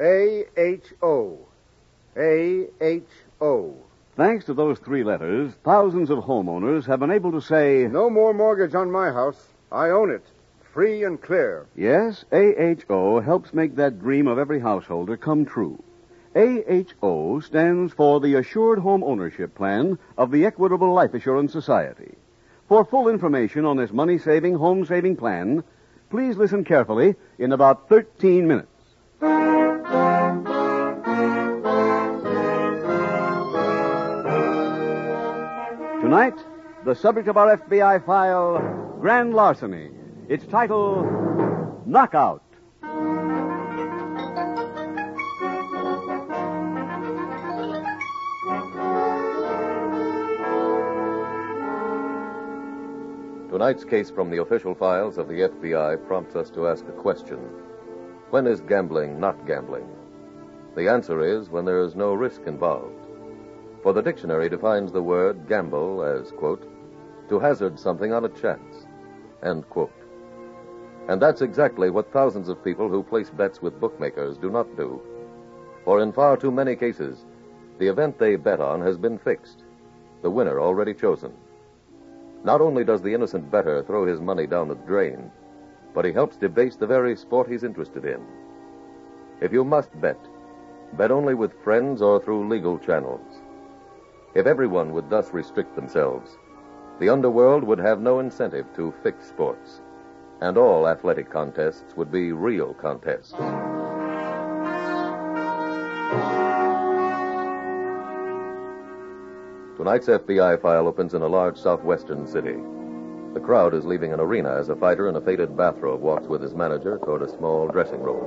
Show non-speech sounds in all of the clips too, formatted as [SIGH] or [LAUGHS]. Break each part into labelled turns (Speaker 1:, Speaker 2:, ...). Speaker 1: A H O. A H O.
Speaker 2: Thanks to those three letters, thousands of homeowners have been able to say,
Speaker 1: No more mortgage on my house. I own it. Free and clear.
Speaker 2: yes, AHO helps make that dream of every householder come true. AHO stands for the Assured Home Ownership Plan of the Equitable Life Assurance Society. For full information on this money saving, home saving plan, please listen carefully in about 13 minutes. Tonight, the subject of our FBI file, Grand Larceny. Its title, Knockout.
Speaker 3: Tonight's case from the official files of the FBI prompts us to ask a question When is gambling not gambling? The answer is when there is no risk involved. For the dictionary defines the word gamble as, quote, to hazard something on a chance, end quote. And that's exactly what thousands of people who place bets with bookmakers do not do. For in far too many cases, the event they bet on has been fixed, the winner already chosen. Not only does the innocent bettor throw his money down the drain, but he helps debase the very sport he's interested in. If you must bet, bet only with friends or through legal channels. If everyone would thus restrict themselves, the underworld would have no incentive to fix sports, and all athletic contests would be real contests. Tonight's FBI file opens in a large southwestern city. The crowd is leaving an arena as a fighter in a faded bathrobe walks with his manager toward a small dressing room.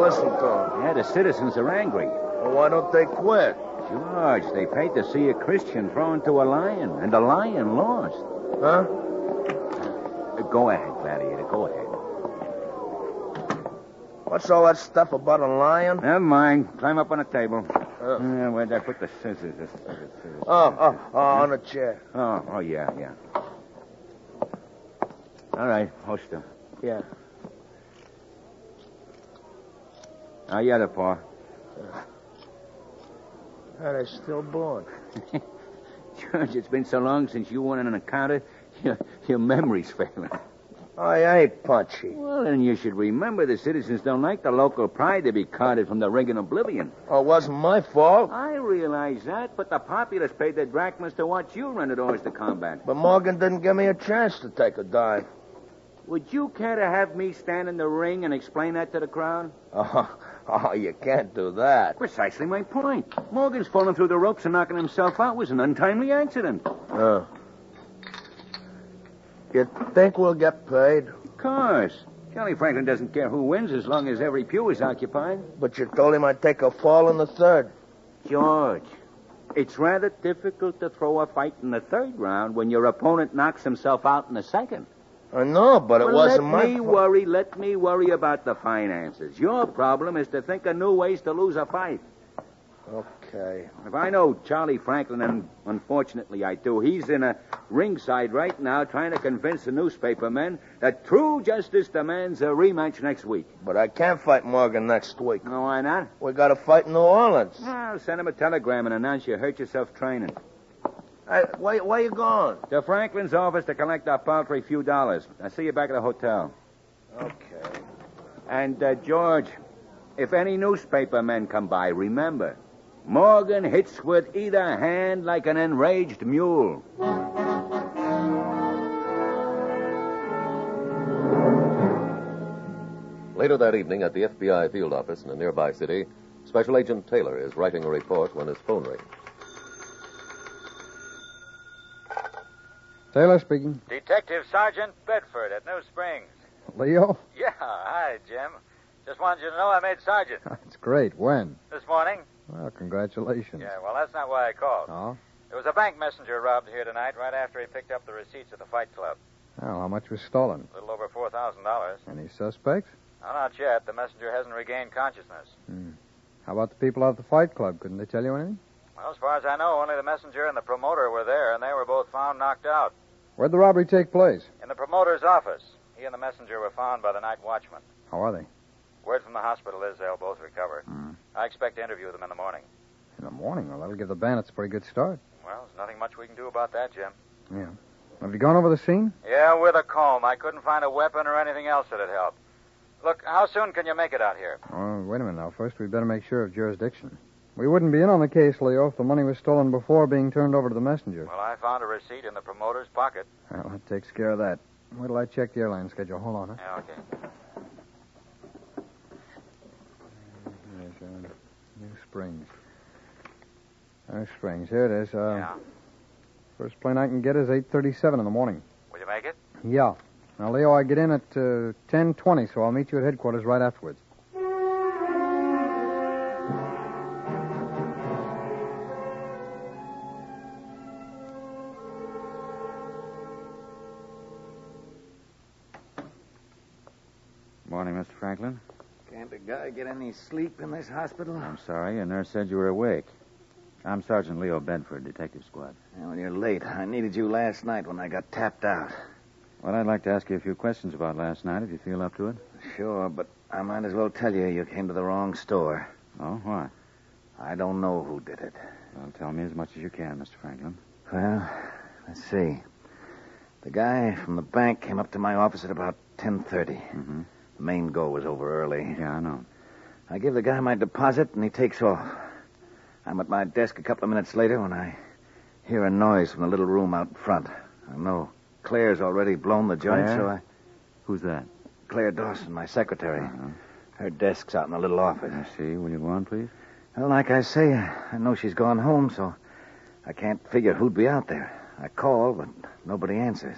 Speaker 4: Listen, Tom.
Speaker 5: Yeah, the citizens are angry.
Speaker 4: Well, why don't they quit?
Speaker 5: George, they paid to see a Christian thrown to a lion, and the lion lost.
Speaker 4: Huh?
Speaker 5: Uh, Go ahead, Gladiator, go ahead.
Speaker 4: What's all that stuff about a lion?
Speaker 5: Never mind. Climb up on the table. Uh, where'd I put the scissors? The scissors, scissors.
Speaker 4: Oh, oh, oh, on a chair.
Speaker 5: Oh, oh, yeah, yeah. All right, host them.
Speaker 4: Yeah.
Speaker 5: Now, you other paw.
Speaker 4: Are they still born?
Speaker 5: George, it's been so long since you won an encounter, your, your memory's failing.
Speaker 4: I ain't punchy.
Speaker 5: Well, then you should remember the citizens don't like the local pride to be carted from the ring in oblivion.
Speaker 4: Oh, it wasn't my fault.
Speaker 5: I realize that, but the populace paid their drachmas to watch you run the doors to combat.
Speaker 4: But Morgan didn't give me a chance to take a dive.
Speaker 5: Would you care to have me stand in the ring and explain that to the crowd?
Speaker 4: [LAUGHS] Oh, oh, you can't do that.
Speaker 5: Precisely my point. Morgan's falling through the ropes and knocking himself out was an untimely accident.
Speaker 4: Oh. You think we'll get paid?
Speaker 5: Of course. Johnny Franklin doesn't care who wins as long as every pew is occupied.
Speaker 4: But you told him I'd take a fall in the third.
Speaker 5: George, it's rather difficult to throw a fight in the third round when your opponent knocks himself out in the second.
Speaker 4: I know, but it
Speaker 5: Well,
Speaker 4: wasn't
Speaker 5: let
Speaker 4: my
Speaker 5: me
Speaker 4: fault.
Speaker 5: worry. Let me worry about the finances. Your problem is to think of new ways to lose a fight.
Speaker 4: Okay.
Speaker 5: If I know Charlie Franklin, and unfortunately I do, he's in a ringside right now trying to convince the newspaper men that true justice demands a rematch next week.
Speaker 4: But I can't fight Morgan next week.
Speaker 5: No, why not?
Speaker 4: We got to fight in New Orleans.
Speaker 5: Well, send him a telegram and announce you hurt yourself training.
Speaker 6: Hey, where, where you going?
Speaker 5: To Franklin's office to collect our paltry few dollars. I'll see you back at the hotel.
Speaker 6: Okay.
Speaker 5: And, uh, George, if any newspaper men come by, remember, Morgan hits with either hand like an enraged mule.
Speaker 3: Later that evening at the FBI field office in a nearby city, Special Agent Taylor is writing a report when his phone rings.
Speaker 7: Taylor speaking.
Speaker 8: Detective Sergeant Bedford at New Springs.
Speaker 7: Leo? [LAUGHS]
Speaker 8: Yeah, hi, Jim. Just wanted you to know I made sergeant
Speaker 7: That's great. When?
Speaker 8: this morning.
Speaker 7: Well, congratulations.
Speaker 8: Yeah, well, that's not why I called.
Speaker 7: Oh?
Speaker 8: There was a bank messenger robbed here tonight right after he picked up the receipts at the fight club.
Speaker 7: Well, how much was stolen?
Speaker 8: A little over $4,000. No,
Speaker 7: Any suspects?
Speaker 8: not yet. The messenger hasn't regained consciousness.
Speaker 7: How about the people out of the fight club? Couldn't they tell you anything?
Speaker 8: Well, as far as I know, only the messenger and the promoter were there, and they were both found knocked out.
Speaker 7: Where'd the robbery take place?
Speaker 8: In the promoter's office, he and the messenger were found by the night watchman.
Speaker 7: How are they?
Speaker 8: Word from the hospital is they'll both recover. I expect to interview them in the morning.
Speaker 7: In the morning. Well, that'll give the bandits a pretty good start.
Speaker 8: Well, there's nothing much we can do about that, Jim.
Speaker 7: Have you gone over the scene?
Speaker 8: Yeah, with a comb. I couldn't find a weapon or anything else that'd help. Look, how soon can you make it out here?
Speaker 7: Oh, wait a minute now. First, we'd better make sure of jurisdiction. We wouldn't be in on the case, Leo, if the money was stolen before being turned over to the messenger.
Speaker 8: Well, I found a receipt in the promoter's pocket.
Speaker 7: Well, that takes care of that. Wait till I check the airline schedule. Hold on, huh?
Speaker 8: Yeah, okay.
Speaker 7: Yes, uh, New Springs. New Springs. Here it is. Uh,
Speaker 8: yeah.
Speaker 7: First plane I can get is 8.37 in the morning.
Speaker 8: Will you make it?
Speaker 7: Yeah. Now, Leo, I get in at uh, 10.20, so I'll meet you at headquarters right afterwards.
Speaker 5: Morning, Mr. Franklin.
Speaker 9: Can't a guy get any sleep in this hospital?
Speaker 5: I'm sorry. Your nurse said you were awake. I'm Sergeant Leo Bedford, Detective Squad.
Speaker 9: Yeah, well, you're late. I needed you last night when I got tapped out.
Speaker 5: Well, I'd like to ask you a few questions about last night, if you feel up to it.
Speaker 9: Sure, but I might as well tell you you came to the wrong store.
Speaker 5: Oh, why?
Speaker 9: I don't know who did it.
Speaker 5: Well, tell me as much as you can, Mr. Franklin.
Speaker 9: Well, let's see. The guy from the bank came up to my office at about 10.30.
Speaker 5: Mhm.
Speaker 9: The main go was over early.
Speaker 5: Yeah, I know.
Speaker 9: I give the guy my deposit, and he takes off. I'm at my desk a couple of minutes later when I hear a noise from the little room out front. I know Claire's already blown the joint, so I.
Speaker 5: uh, Who's that?
Speaker 9: Claire Dawson, my secretary.
Speaker 5: Uh-huh.
Speaker 9: Her desk's out in the little
Speaker 5: I
Speaker 9: office.
Speaker 5: see. Will you go on, please?
Speaker 9: Well, like I say, uh, I know she's gone home, so I can't figure who'd be out there. I call, but nobody answers.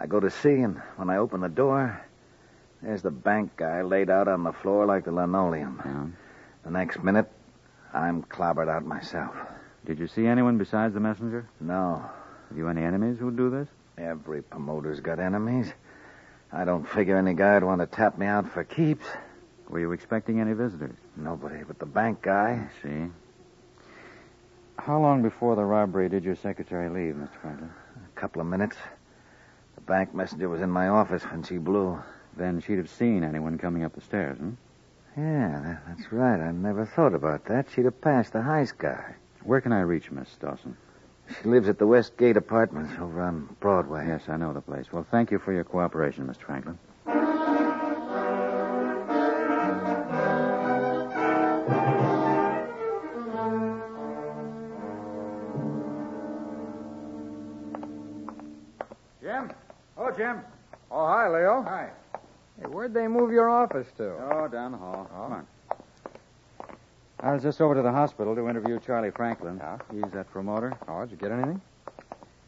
Speaker 9: I go to see, and when I open the door, there's the bank guy laid out on the floor like the linoleum.
Speaker 5: Yeah.
Speaker 9: The next minute, I'm clobbered out myself.
Speaker 5: Did you see anyone besides the messenger?
Speaker 9: No,
Speaker 5: Have you any enemies who'd do this?
Speaker 9: every promoter's got enemies. I don't figure any guy'd want to tap me out for keeps.
Speaker 5: Were you expecting any visitors?
Speaker 9: Nobody but the bank guy.
Speaker 5: I see. How long before the robbery did your secretary leave, Mr. Franklin?
Speaker 9: A couple of minutes. The bank messenger was in my office when she blew.
Speaker 5: Then she'd have seen anyone coming up the stairs, hmm?
Speaker 9: Yeah, tha- that's right. I never thought about that. She'd have passed the Heist guy.
Speaker 5: Where can I reach Miss Dawson?
Speaker 9: She lives at the West Gate Apartments over on Broadway.
Speaker 5: Yes, I know the place. Well, thank you for your cooperation, Mr. Franklin.
Speaker 10: Jim? Oh, Jim.
Speaker 7: Oh, hi, Leo.
Speaker 10: Hi.
Speaker 7: Hey, where'd they move your office to?
Speaker 5: Oh, down the hall. Come on. I was just over to the hospital to interview Charlie Franklin.
Speaker 7: Yeah?
Speaker 5: He's that promoter.
Speaker 7: Oh, did you get anything?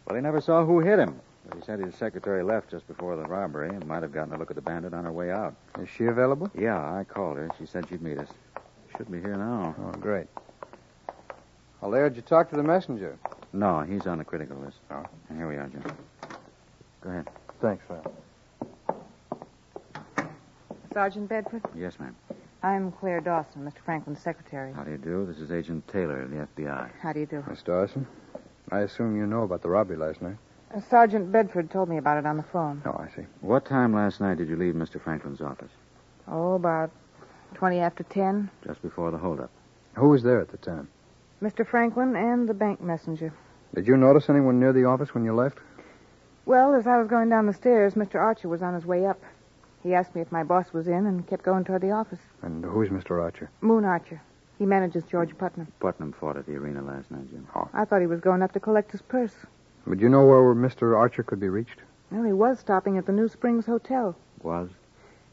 Speaker 5: Well, he never saw who hit him. But he said his secretary left just before the robbery and might have gotten a look at the bandit on her way out.
Speaker 7: Is she available?
Speaker 5: Yeah, I called her. She said she'd meet us. Should be here now.
Speaker 7: Oh, great. Well, Oh, Leo, did you talk to the messenger?
Speaker 5: No, he's on the critical list. Oh. Here we are, Jim. Go ahead.
Speaker 7: Thanks, Leo.
Speaker 11: Sergeant Bedford,
Speaker 5: Yes, ma'am.
Speaker 11: I'm Claire Dawson, Mr. Franklin's secretary.
Speaker 5: How do you do? This is Agent Taylor of the FBI.
Speaker 11: How do you do?
Speaker 7: Miss Dawson, I assume you know about the robbery last night.
Speaker 11: Uh, Sergeant Bedford told me about it on the phone.
Speaker 7: Oh, I see.
Speaker 5: What time last night did you leave Mr. Franklin's office?
Speaker 11: Oh, about 20 after 10.
Speaker 5: Just before the holdup.
Speaker 7: Who was there at the time?
Speaker 11: Mr. Franklin and the bank messenger.
Speaker 7: Did you notice anyone near the office when you left?
Speaker 11: Well, as I was going down the stairs, Mr. Archer was on his way up. He asked me if my boss was in and kept going toward the office.
Speaker 7: And who's Mr. Archer?
Speaker 11: Moon Archer. He manages George Putnam.
Speaker 8: Putnam fought at the arena last night, Jim.
Speaker 7: Oh.
Speaker 11: I thought he was going up to collect his purse.
Speaker 7: Would you know where Mr. Archer could be reached?
Speaker 11: Well, he was stopping at the New Springs Hotel.
Speaker 8: Was?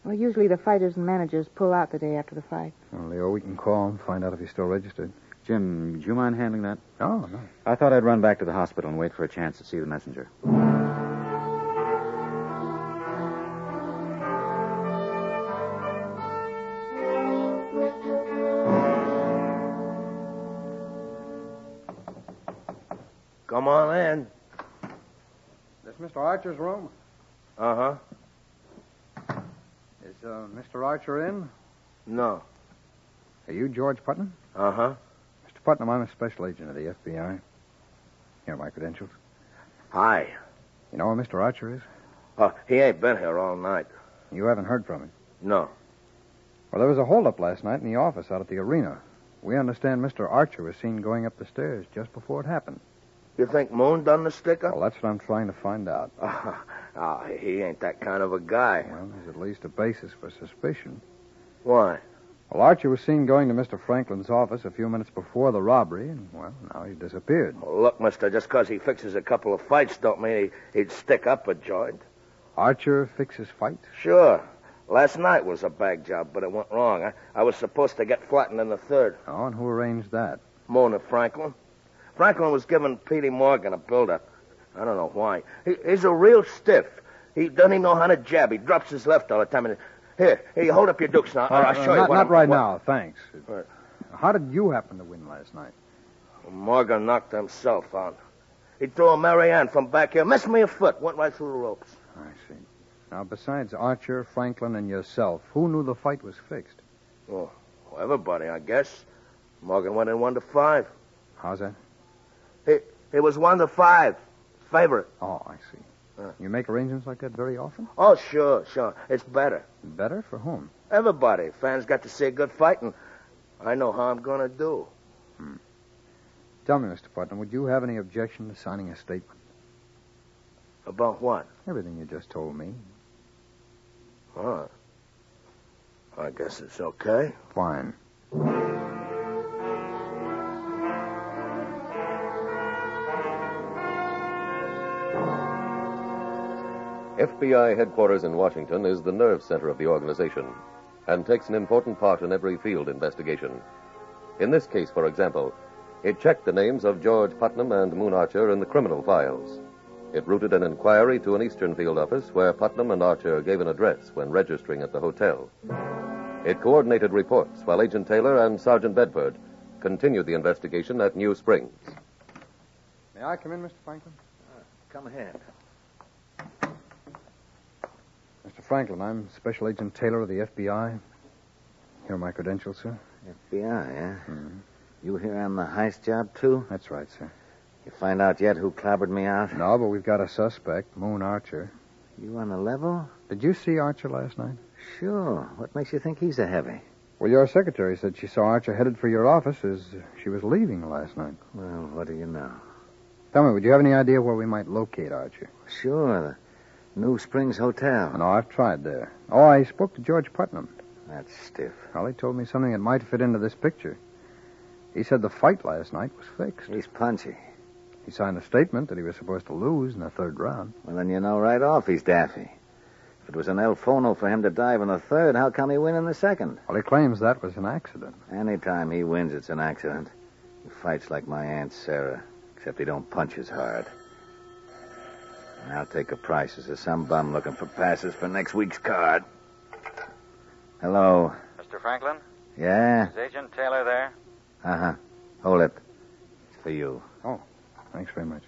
Speaker 11: Well, usually the fighters and managers pull out the day after the fight.
Speaker 7: Well, Leo, we can call him, find out if he's still registered.
Speaker 8: Jim, do you mind handling that?
Speaker 7: Oh, no.
Speaker 8: I thought I'd run back to the hospital and wait for a chance to see the messenger.
Speaker 4: Come on in.
Speaker 7: That's Mr. Archer's room.
Speaker 4: Uh huh.
Speaker 7: Is uh, Mr. Archer in?
Speaker 4: No.
Speaker 7: Are you George Putnam?
Speaker 4: Uh huh.
Speaker 8: Uh-huh.
Speaker 7: Mr. Putnam, I'm a special agent of the FBI. Here are my credentials.
Speaker 4: Hi.
Speaker 7: You know where Mr. Archer is?
Speaker 4: Uh, he ain't been here all night.
Speaker 7: You haven't heard from him.
Speaker 4: No.
Speaker 7: Well, there was a holdup last night in the office out at the arena. We understand Mr. Archer was seen going up the stairs just before it happened.
Speaker 4: You think Moon done the stick up?
Speaker 7: Well, that's what I'm trying to find out.
Speaker 8: Uh-huh.
Speaker 4: Uh, uh, he ain't that kind of a guy.
Speaker 7: Well, there's at least a basis for suspicion.
Speaker 4: Why?
Speaker 7: Well, Archer was seen going to Mr. Franklin's office a few minutes before the robbery, and, well, now he's disappeared.
Speaker 4: Well, look, mister, just 'cause he fixes a couple of fights don't mean he, he'd stick up a joint.
Speaker 7: Archer fixes fights?
Speaker 4: Sure. Last night was a bag job, but it went wrong. I, I was supposed to get flattened in the third.
Speaker 7: Oh, and who arranged that?
Speaker 4: Mona Franklin. Franklin was giving Petey Morgan a build-up. I don't know why. He, he's a real stiff. He doesn't even know how to jab. He drops his left all the time. And, here, here, hold up your dukes now, or I'll show
Speaker 7: Uh,
Speaker 4: you
Speaker 7: not,
Speaker 4: what
Speaker 7: not
Speaker 4: I'm-
Speaker 7: right
Speaker 4: what-
Speaker 7: now, thanks.
Speaker 4: What?
Speaker 7: How did you happen to win last night?
Speaker 4: Morgan knocked himself out. He threw a Marianne from back here, missed me a foot, went right through the ropes.
Speaker 7: I see. Now, besides Archer, Franklin, and yourself, who knew the fight was fixed?
Speaker 4: Oh, well, everybody, I guess. Morgan went in one to five.
Speaker 7: How's that?
Speaker 4: He, he was one to five. Favorite.
Speaker 7: Oh, I see.
Speaker 4: Uh.
Speaker 7: You make arrangements like that very often?
Speaker 4: Oh, sure, sure. It's better.
Speaker 7: Better for whom?
Speaker 4: Everybody, fans got to see a good fight, and I know how I'm going to do.
Speaker 7: Tell me, Mr. Putnam, would you have any objection to signing a statement?
Speaker 4: About what?
Speaker 7: Everything you just told me.
Speaker 4: Huh. I guess it's okay.
Speaker 7: Fine.
Speaker 3: FBI headquarters in Washington is the nerve center of the organization and takes an important part in every field investigation. In this case, for example, it checked the names of George Putnam and Moon Archer in the criminal files. It routed an inquiry to an Eastern field office where Putnam and Archer gave an address when registering at the hotel. It coordinated reports while Agent Taylor and Sergeant Bedford continued the investigation at New Springs.
Speaker 7: May I come in, Mr. Franklin?
Speaker 4: Uh, Come ahead.
Speaker 7: Mr. Franklin, I'm Special Agent Taylor of the FBI. Here are my credentials, sir. Mm-hmm.
Speaker 9: FBI, eh? You here on the heist job, too?
Speaker 7: That's right, sir.
Speaker 9: You find out yet who clobbered me out?
Speaker 7: No, but we've got a suspect, Moon Archer.
Speaker 9: You on the level?
Speaker 7: Did you see Archer last night?
Speaker 9: Sure. What makes you think he's a heavy?
Speaker 7: Well, your secretary said she saw Archer headed for your office as she was leaving last night.
Speaker 9: Well, what do you know?
Speaker 7: Tell me, would you have any idea where we might locate Archer?
Speaker 9: Sure, the New Springs Hotel.
Speaker 7: No, I've tried there. Oh, I spoke to George Putnam.
Speaker 9: That's stiff.
Speaker 7: Well, he told me something that might fit into this picture. He said the fight last night was fixed.
Speaker 9: He's punchy.
Speaker 7: He signed a statement that he was supposed to lose in the third round.
Speaker 9: Well, then you know right off he's daffy. If it was an El Fono for him to dive in the third, how come he win in the second?
Speaker 7: Well, he claims that was an accident.
Speaker 9: Anytime he wins, it's an accident. He fights like my Aunt Sarah, except he don't punch as hard. And I'll take the prices of some bum looking for passes for next week's card. Hello.
Speaker 10: Mr. Franklin,
Speaker 9: Yeah?
Speaker 10: is Agent Taylor there?
Speaker 9: Uh-huh. Hold it. It's for you.
Speaker 7: Oh, Thanks very much.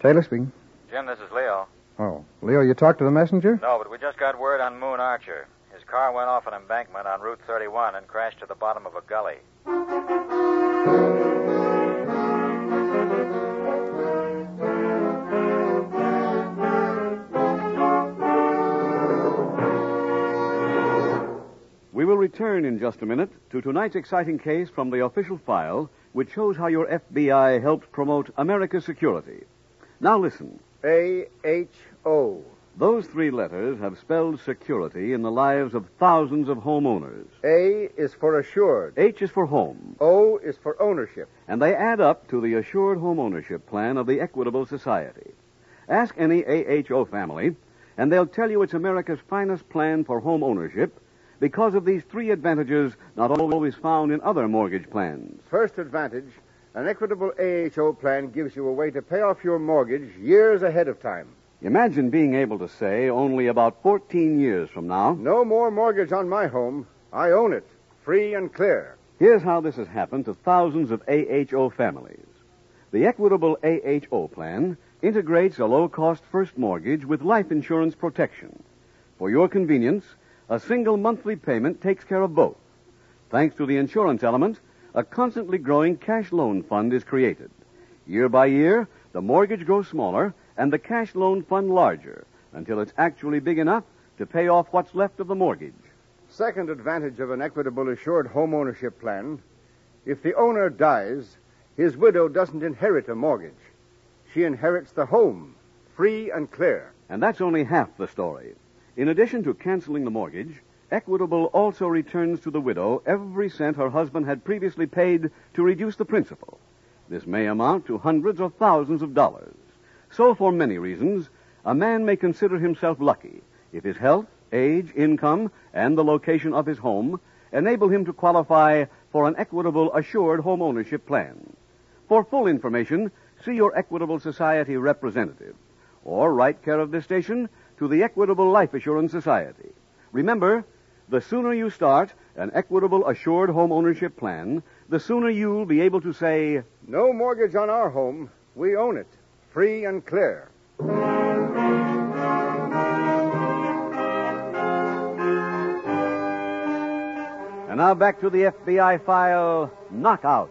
Speaker 7: Taylor speaking.
Speaker 10: Jim, this is Leo.
Speaker 7: Oh, Leo, you talked to the messenger?
Speaker 10: No, but we just got word on Moon Archer. His car went off an embankment on Route 31 and crashed to the bottom of a gully.
Speaker 2: We will return. return in just a minute to tonight's exciting case from the official file, which shows how your FBI helps promote America's security. Now listen.
Speaker 1: A H O.
Speaker 2: Those three letters have spelled security in the lives of thousands of homeowners.
Speaker 1: A is for assured.
Speaker 2: H is for home,
Speaker 1: O is for ownership.
Speaker 2: and they add up to the Assured Home Ownership Plan of the Equitable Society. Ask any AHO family, and they'll tell you it's America's finest plan for home ownership because of these three advantages not always found in other mortgage plans.
Speaker 1: First advantage an equitable AHO plan gives you a way to pay off your mortgage years ahead of time.
Speaker 2: Imagine being able to say only about 14 years from now.
Speaker 1: No more mortgage on my home. I own it, free and clear.
Speaker 2: Here's how this has happened to thousands of AHO families. The Equitable AHO plan integrates a low cost first mortgage with life insurance protection. For your convenience, a single monthly payment takes care of both. Thanks to the insurance element, a constantly growing cash loan fund is created. Year by year, the mortgage grows smaller and the cash loan fund larger until it's actually big enough to pay off what's left of the mortgage.
Speaker 1: Second advantage of an equitable assured home ownership plan if the owner dies, his widow doesn't inherit a mortgage. She inherits the home, free and clear.
Speaker 2: And that's only half the story. In addition to canceling the mortgage, Equitable also returns to the widow every cent her husband had previously paid to reduce the principal. This may amount to hundreds or thousands of dollars. So, for many reasons, a man may consider himself lucky if his health, age, income, and the location of his home enable him to qualify for an equitable assured home ownership plan. For full information, see your Equitable Society representative or write care of this station to the Equitable Life Assurance Society. Remember, the sooner you start an equitable assured home ownership plan, the sooner you'll be able to say,
Speaker 1: No mortgage on our home. We own it, free and clear.
Speaker 2: And now back to the FBI file Knockout.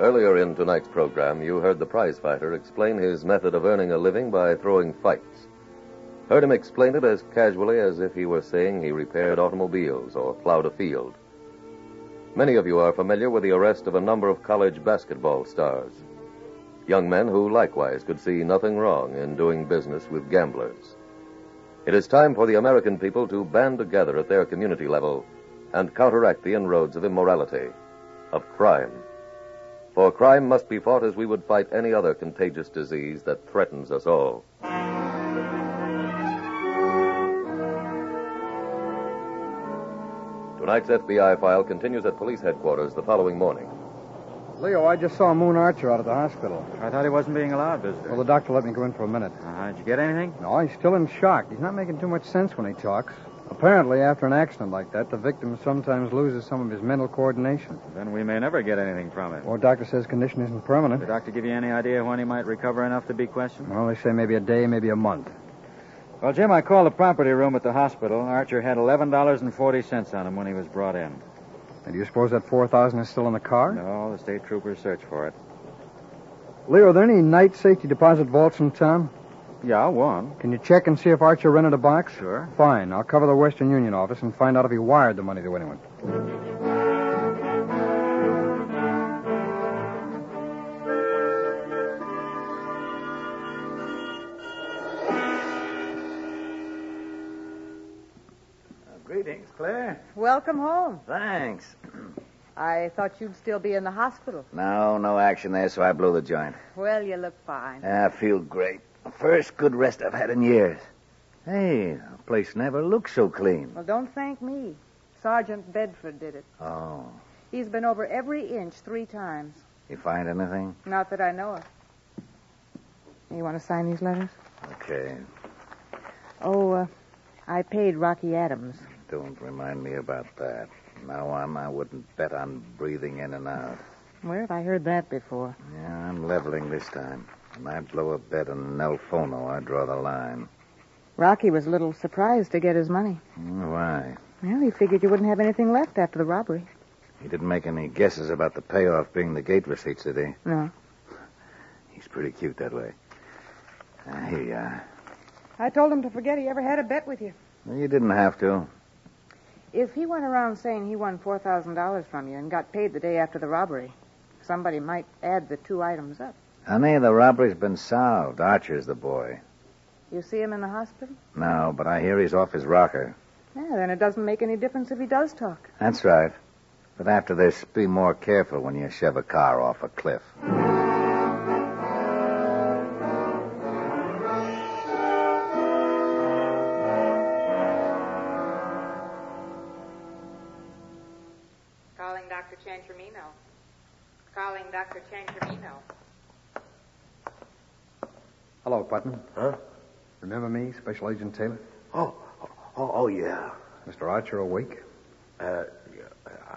Speaker 3: Earlier in tonight's program, you heard the prize fighter explain his method of earning a living by throwing fights. Heard him explain it as casually as if he were saying he repaired automobiles or plowed a field. Many of you are familiar with the arrest of a number of college basketball stars. Young men who likewise could see nothing wrong in doing business with gamblers. It is time for the American people to band together at their community level and counteract the inroads of immorality, of crime. For crime must be fought as we would fight any other contagious disease that threatens us all. Tonight's FBI file continues at police headquarters the following morning.
Speaker 7: Leo, I just saw Moon Archer out of the hospital.
Speaker 8: I thought he wasn't being allowed, visitor.
Speaker 7: Well, the doctor let me go in for a minute.
Speaker 8: Uh, did you get anything?
Speaker 7: No, he's still in shock. He's not making too much sense when he talks. Apparently, after an accident like that, the victim sometimes loses some of his mental coordination.
Speaker 8: Then we may never get anything from it.
Speaker 7: Well, doctor says condition isn't permanent.
Speaker 8: Did the doctor give you any idea when he might recover enough to be questioned?
Speaker 7: Well, they say maybe a day, maybe a month.
Speaker 8: Well, Jim, I called the property room at the hospital. Archer had $11.40 on him when he was brought in.
Speaker 7: And do you suppose that 4000 is still in the car?
Speaker 8: No, the state troopers searched for it.
Speaker 7: Leo, are there any night safety deposit vaults in town?
Speaker 8: Yeah, one.
Speaker 7: Can you check and see if Archer rented a box?
Speaker 8: Sure.
Speaker 7: Fine. I'll cover the Western Union office and find out if he wired the money to anyone.
Speaker 9: Greetings, Claire.
Speaker 11: Welcome home.
Speaker 9: Thanks.
Speaker 11: I thought you'd still be in the hospital.
Speaker 9: No, no action there, so I blew the joint.
Speaker 11: Well, you look fine.
Speaker 9: I feel great. First good rest I've had in years. Hey, the place never looked so clean.
Speaker 11: Well, don't thank me. Sergeant Bedford did it.
Speaker 9: Oh,
Speaker 11: He's been over every inch three times.
Speaker 9: you find anything?
Speaker 11: Not that I know of. You want to sign these letters?
Speaker 9: Okay.
Speaker 11: Oh, uh, I paid Rocky Adams.
Speaker 9: Don't remind me about that. Now on, I wouldn't bet on breathing in and out.
Speaker 11: Where have I heard that before?
Speaker 9: Yeah, I'm leveling this time. When I blow a bet on Nelfono, I draw the line.
Speaker 11: Rocky was a little surprised to get his money.
Speaker 9: Hmm, Why?
Speaker 11: Well, he figured you wouldn't have anything left after the robbery.
Speaker 9: He didn't make any guesses about the payoff being the gate receipts, did he?
Speaker 11: No.
Speaker 9: He's pretty cute that way. Uh, here you are.
Speaker 11: I told him to forget he ever had a bet with you.
Speaker 9: Well, You didn't have to.
Speaker 11: If he went around saying he won $4,000 from you and got paid the day after the robbery, somebody might add the two items up.
Speaker 9: Honey, the robbery's been solved. Archer's the boy.
Speaker 11: You see him in the hospital?
Speaker 9: No, but I hear he's off his rocker.
Speaker 11: Yeah, then it doesn't make any difference if he does talk.
Speaker 9: That's right. But after this, be more careful when you shove a car off a cliff.
Speaker 12: Calling Dr. Chantromino. Calling Dr. Chantromino.
Speaker 7: Hello, Putnam.
Speaker 4: Huh?
Speaker 7: Remember me, Special Agent Taylor?
Speaker 4: Oh, oh, oh yeah.
Speaker 7: Mr. Archer awake?
Speaker 4: Uh,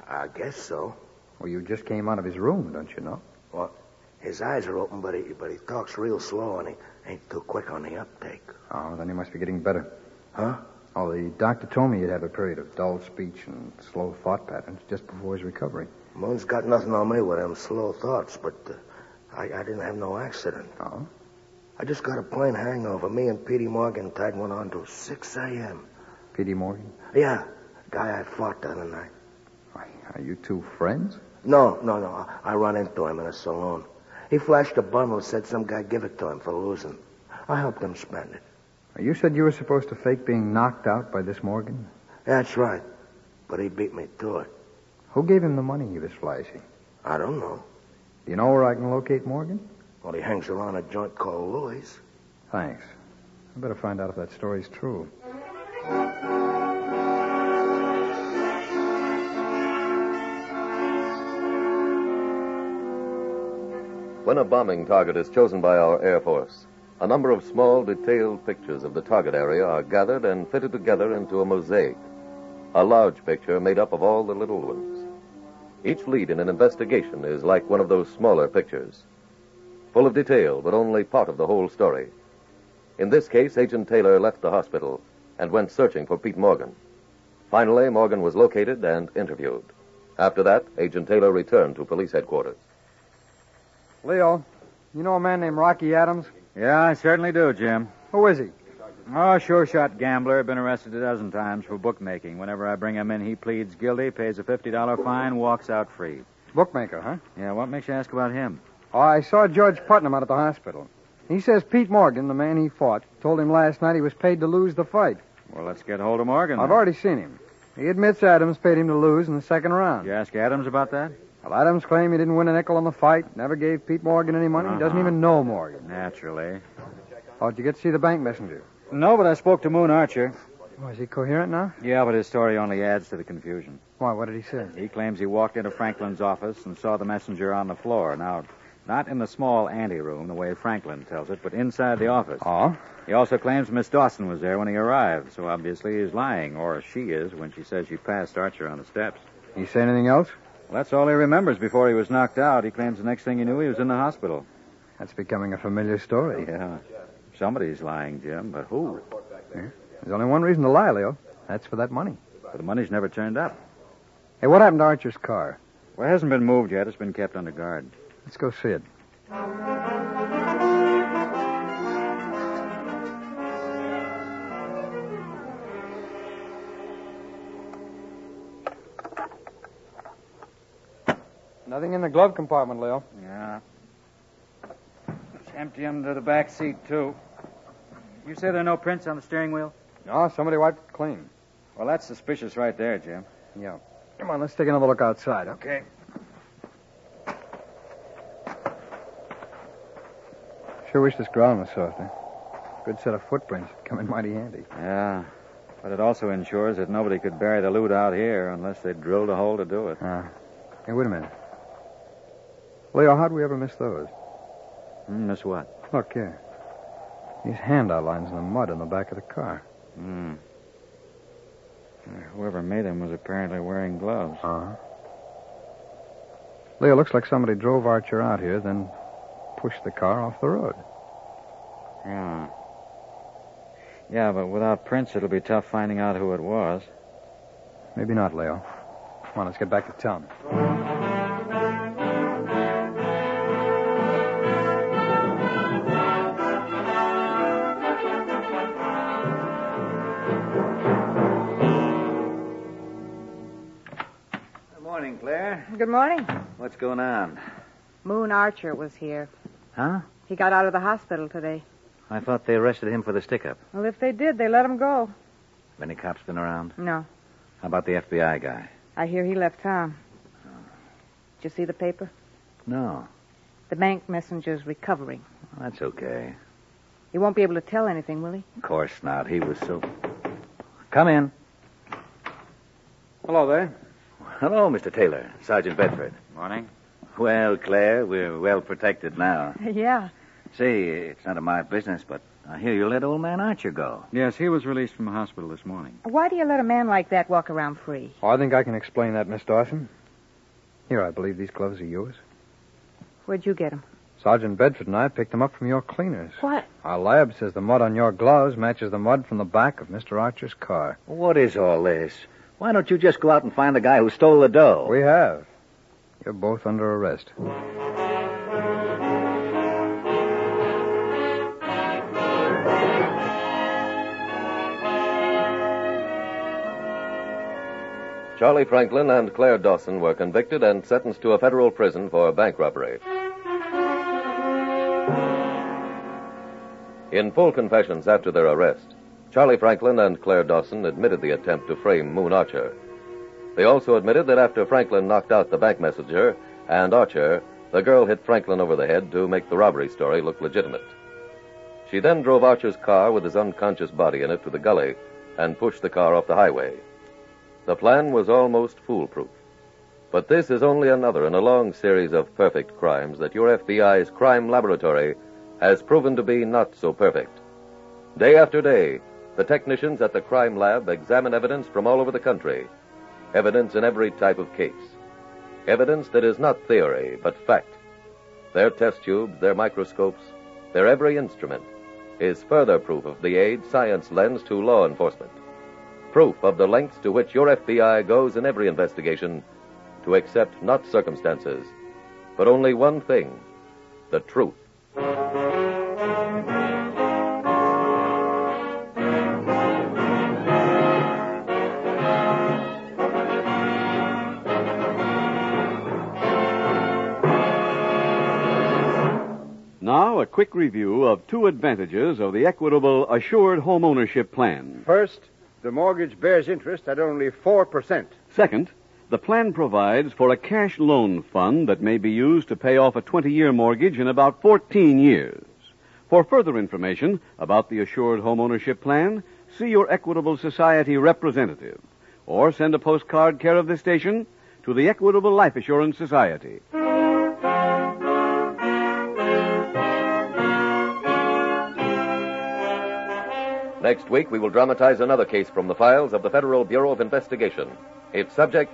Speaker 4: I I guess so.
Speaker 7: Well, you just came out of his room, don't you know?
Speaker 4: Well, his eyes are open, but he, but he talks real slow and he ain't too quick on the uptake.
Speaker 7: Oh, then he must be getting better.
Speaker 4: Huh?
Speaker 7: Oh, the doctor told me he'd have a period of dull speech and slow thought patterns just before his recovery.
Speaker 4: Moon's got nothing on me with them slow thoughts, but uh, I, I didn't have no accident.
Speaker 7: Oh?
Speaker 4: I just got a plain hangover. Me and Petey Morgan tied one on till 6 a.m.
Speaker 7: P.D. Morgan?
Speaker 4: Yeah, guy I fought the other night.
Speaker 7: Are you two friends?
Speaker 4: No, no, no. I- I run into him in a saloon. He flashed a bundle and said some guy give it to him for losing. I helped him spend it.
Speaker 7: You said you were supposed to fake being knocked out by this Morgan?
Speaker 4: That's right. But he beat me to it.
Speaker 7: Who gave him the money he was flashing?
Speaker 4: I don't know.
Speaker 7: Do you know where I can locate Morgan?
Speaker 4: Well, he hangs around a joint called Louis.
Speaker 7: Thanks. I better find out if that story's true.
Speaker 3: When a bombing target is chosen by our Air Force, a number of small, detailed pictures of the target area are gathered and fitted together into a mosaic, a large picture made up of all the little ones. Each lead in an investigation is like one of those smaller pictures, full of detail, but only part of the whole story. In this case, Agent Taylor left the hospital and went searching for Pete Morgan. Finally, Morgan was located and interviewed. After that, Agent Taylor returned to police headquarters.
Speaker 7: Leo, you know a man named Rocky Adams?
Speaker 8: Yeah, I certainly do, Jim.
Speaker 7: Who is he?
Speaker 8: Oh, sure shot gambler. Been arrested a dozen times for bookmaking. Whenever I bring him in, he pleads guilty, pays a $50 fine, walks out free.
Speaker 7: Bookmaker, huh?
Speaker 8: Yeah, what makes you ask about him?
Speaker 7: Oh, I saw George Putnam out at the hospital. He says Pete Morgan, the man he fought, told him last night he was paid to lose the fight.
Speaker 8: Well, let's get hold of Morgan.
Speaker 7: I've
Speaker 8: then.
Speaker 7: already seen him. He admits Adams paid him to lose in the second round.
Speaker 8: You ask Adams about that?
Speaker 7: Well, Adams claimed he didn't win a nickel on the fight, never gave Pete Morgan any money, He doesn't
Speaker 8: Uh-huh.
Speaker 7: even know Morgan.
Speaker 8: Naturally.
Speaker 7: Oh, did you get to see the bank messenger?
Speaker 8: No, but I spoke to Moon Archer.
Speaker 7: Oh, is he coherent now?
Speaker 8: Yeah, but his story only adds to the confusion.
Speaker 7: Why, what did he say?
Speaker 8: He claims he walked into Franklin's office and saw the messenger on the floor. Now, not in the small anteroom, the way Franklin tells it, but inside the office.
Speaker 7: Oh?
Speaker 8: He also claims Miss Dawson was there when he arrived, so obviously he's lying, or she is, when she says she passed Archer on the steps.
Speaker 7: He say anything else?
Speaker 8: Well, that's all he remembers before he was knocked out. He claims the next thing he knew, he was in the hospital.
Speaker 7: That's becoming a familiar story.
Speaker 8: Yeah. Somebody's lying, Jim, but who?
Speaker 7: There's only one reason to lie, Leo. That's for that money.
Speaker 8: But the money's never turned up.
Speaker 7: Hey, what happened to Archer's car?
Speaker 8: Well, it hasn't been moved yet. It's been kept under guard.
Speaker 7: Let's go see it. Nothing in the glove compartment, Leo.
Speaker 8: Yeah. It's empty under the back seat, too. You say there are no prints on the steering wheel?
Speaker 7: No, somebody wiped it clean.
Speaker 8: Well, that's suspicious right there, Jim.
Speaker 7: Yeah. Come on, let's take another look outside, huh?
Speaker 8: Okay.
Speaker 7: Sure wish this ground was softer. Good set of footprints. Come in mighty handy.
Speaker 8: Yeah. But it also ensures that nobody could bury the loot out here unless they drilled a hole to do it.
Speaker 7: Uh, hey, wait a minute. Leo, how'd we ever miss those?
Speaker 8: Hmm, miss what?
Speaker 7: Look here. These hand outlines in the mud in the back of the car.
Speaker 8: Hmm. Uh, Whoever made them was apparently wearing gloves.
Speaker 7: Uh-huh. Leo, looks like somebody drove Archer out here, then pushed the car off the road.
Speaker 8: Yeah. Yeah, but without prints, it'll be tough finding out who it was.
Speaker 7: Maybe not, Leo. Come on, let's get back to town.
Speaker 9: morning, Claire.
Speaker 11: [LAUGHS] Good morning.
Speaker 9: What's going on?
Speaker 11: Moon Archer was here.
Speaker 9: Huh?
Speaker 11: He got out of the hospital today.
Speaker 9: I thought they arrested him for the stick up.
Speaker 11: Well, if they did, they let him go.
Speaker 9: Have any cops been around?
Speaker 11: No.
Speaker 9: How about the FBI guy?
Speaker 11: I hear he left town. Did you see the paper?
Speaker 9: No.
Speaker 11: The bank messenger's recovering.
Speaker 9: That's okay.
Speaker 11: He won't be able to tell anything, will he? [LAUGHS]
Speaker 9: Of course not. He was so. Come in.
Speaker 13: Hello there.
Speaker 9: Hello, Mr. Taylor, Sergeant Bedford.
Speaker 13: Morning.
Speaker 9: Well, Claire, we're well protected now.
Speaker 11: Yeah.
Speaker 9: Say, it's none of my business, but I hear you let old man Archer go.
Speaker 8: Yes, he was released from the hospital this morning.
Speaker 11: Why do you let a man like that walk around free?
Speaker 7: Oh, I think I can explain that, Miss Dawson. Here, I believe these gloves are yours.
Speaker 11: Where'd you get him?
Speaker 7: Sergeant Bedford and I picked them up from your cleaners.
Speaker 11: What?
Speaker 7: Our lab says the mud on your gloves matches the mud from the back of Mr. Archer's car.
Speaker 9: What is all this? Why don't you just go out and find the guy who stole the dough?
Speaker 7: We have. You're both under arrest.
Speaker 3: Charlie Franklin and Claire Dawson were convicted and sentenced to a federal prison for bank robbery. In full confessions after their arrest, Charlie Franklin and Claire Dawson admitted the attempt to frame Moon Archer. They also admitted that after Franklin knocked out the bank messenger and Archer, the girl hit Franklin over the head to make the robbery story look legitimate. She then drove Archer's car with his unconscious body in it to the gully and pushed the car off the highway. The plan was almost foolproof. But this is only another in a long series of perfect crimes that your FBI's crime laboratory has proven to be not so perfect. Day after day, the technicians at the crime lab examine evidence from all over the country, evidence in every type of case, evidence that is not theory, but fact. Their test tubes, their microscopes, their every instrument is further proof of the aid science lends to law enforcement. Proof of the lengths to which your FBI goes in every investigation to accept not circumstances, but only one thing the truth.
Speaker 2: Now, a quick review of two advantages of the Equitable Assured Home Ownership Plan.
Speaker 1: First, the mortgage bears interest at only 4%.
Speaker 2: Second, the plan provides for a cash loan fund that may be used to pay off a 20 year mortgage in about 14 years. For further information about the Assured Home Ownership Plan, see your Equitable Society representative or send a postcard care of this station to the Equitable Life Assurance Society.
Speaker 3: Next week, we will dramatize another case from the files of the Federal Bureau of Investigation. Its subject,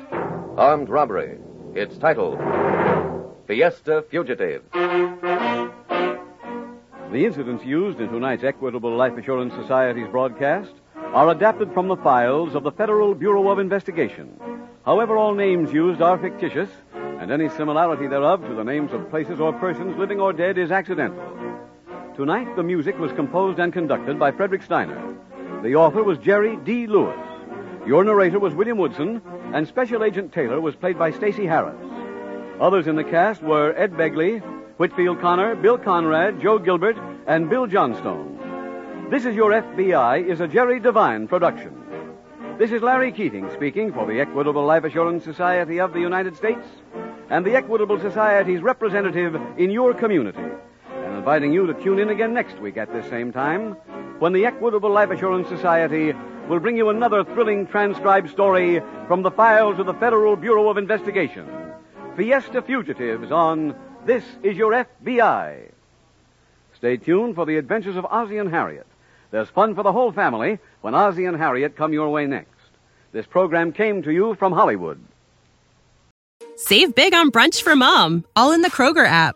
Speaker 3: armed robbery. Its title, Fiesta Fugitive.
Speaker 2: The incidents used in tonight's Equitable Life Assurance Society's broadcast are adapted from the files of the Federal Bureau of Investigation. However, all names used are fictitious, and any similarity thereof to the names of places or persons living or dead is accidental. Tonight, the music was composed and conducted by Frederick Steiner. The author was Jerry D. Lewis. Your narrator was William Woodson, and Special Agent Taylor was played by Stacey Harris. Others in the cast were Ed Begley, Whitfield Connor, Bill Conrad, Joe Gilbert, and Bill Johnstone. This is Your FBI is a Jerry Devine production. This is Larry Keating speaking for the Equitable Life Assurance Society of the United States and the Equitable Society's representative in your community, and inviting you to tune in again next week at this same time when the Equitable Life Assurance Society will bring you another thrilling transcribed story from the files of the Federal Bureau of Investigation Fiesta Fugitives on This Is Your FBI. Stay tuned for the adventures of Ozzie and Harriet. There's fun for the whole family when Ozzie and Harriet come your way next. This program came to you from Hollywood.
Speaker 14: Save big on brunch for mom, all in the Kroger app.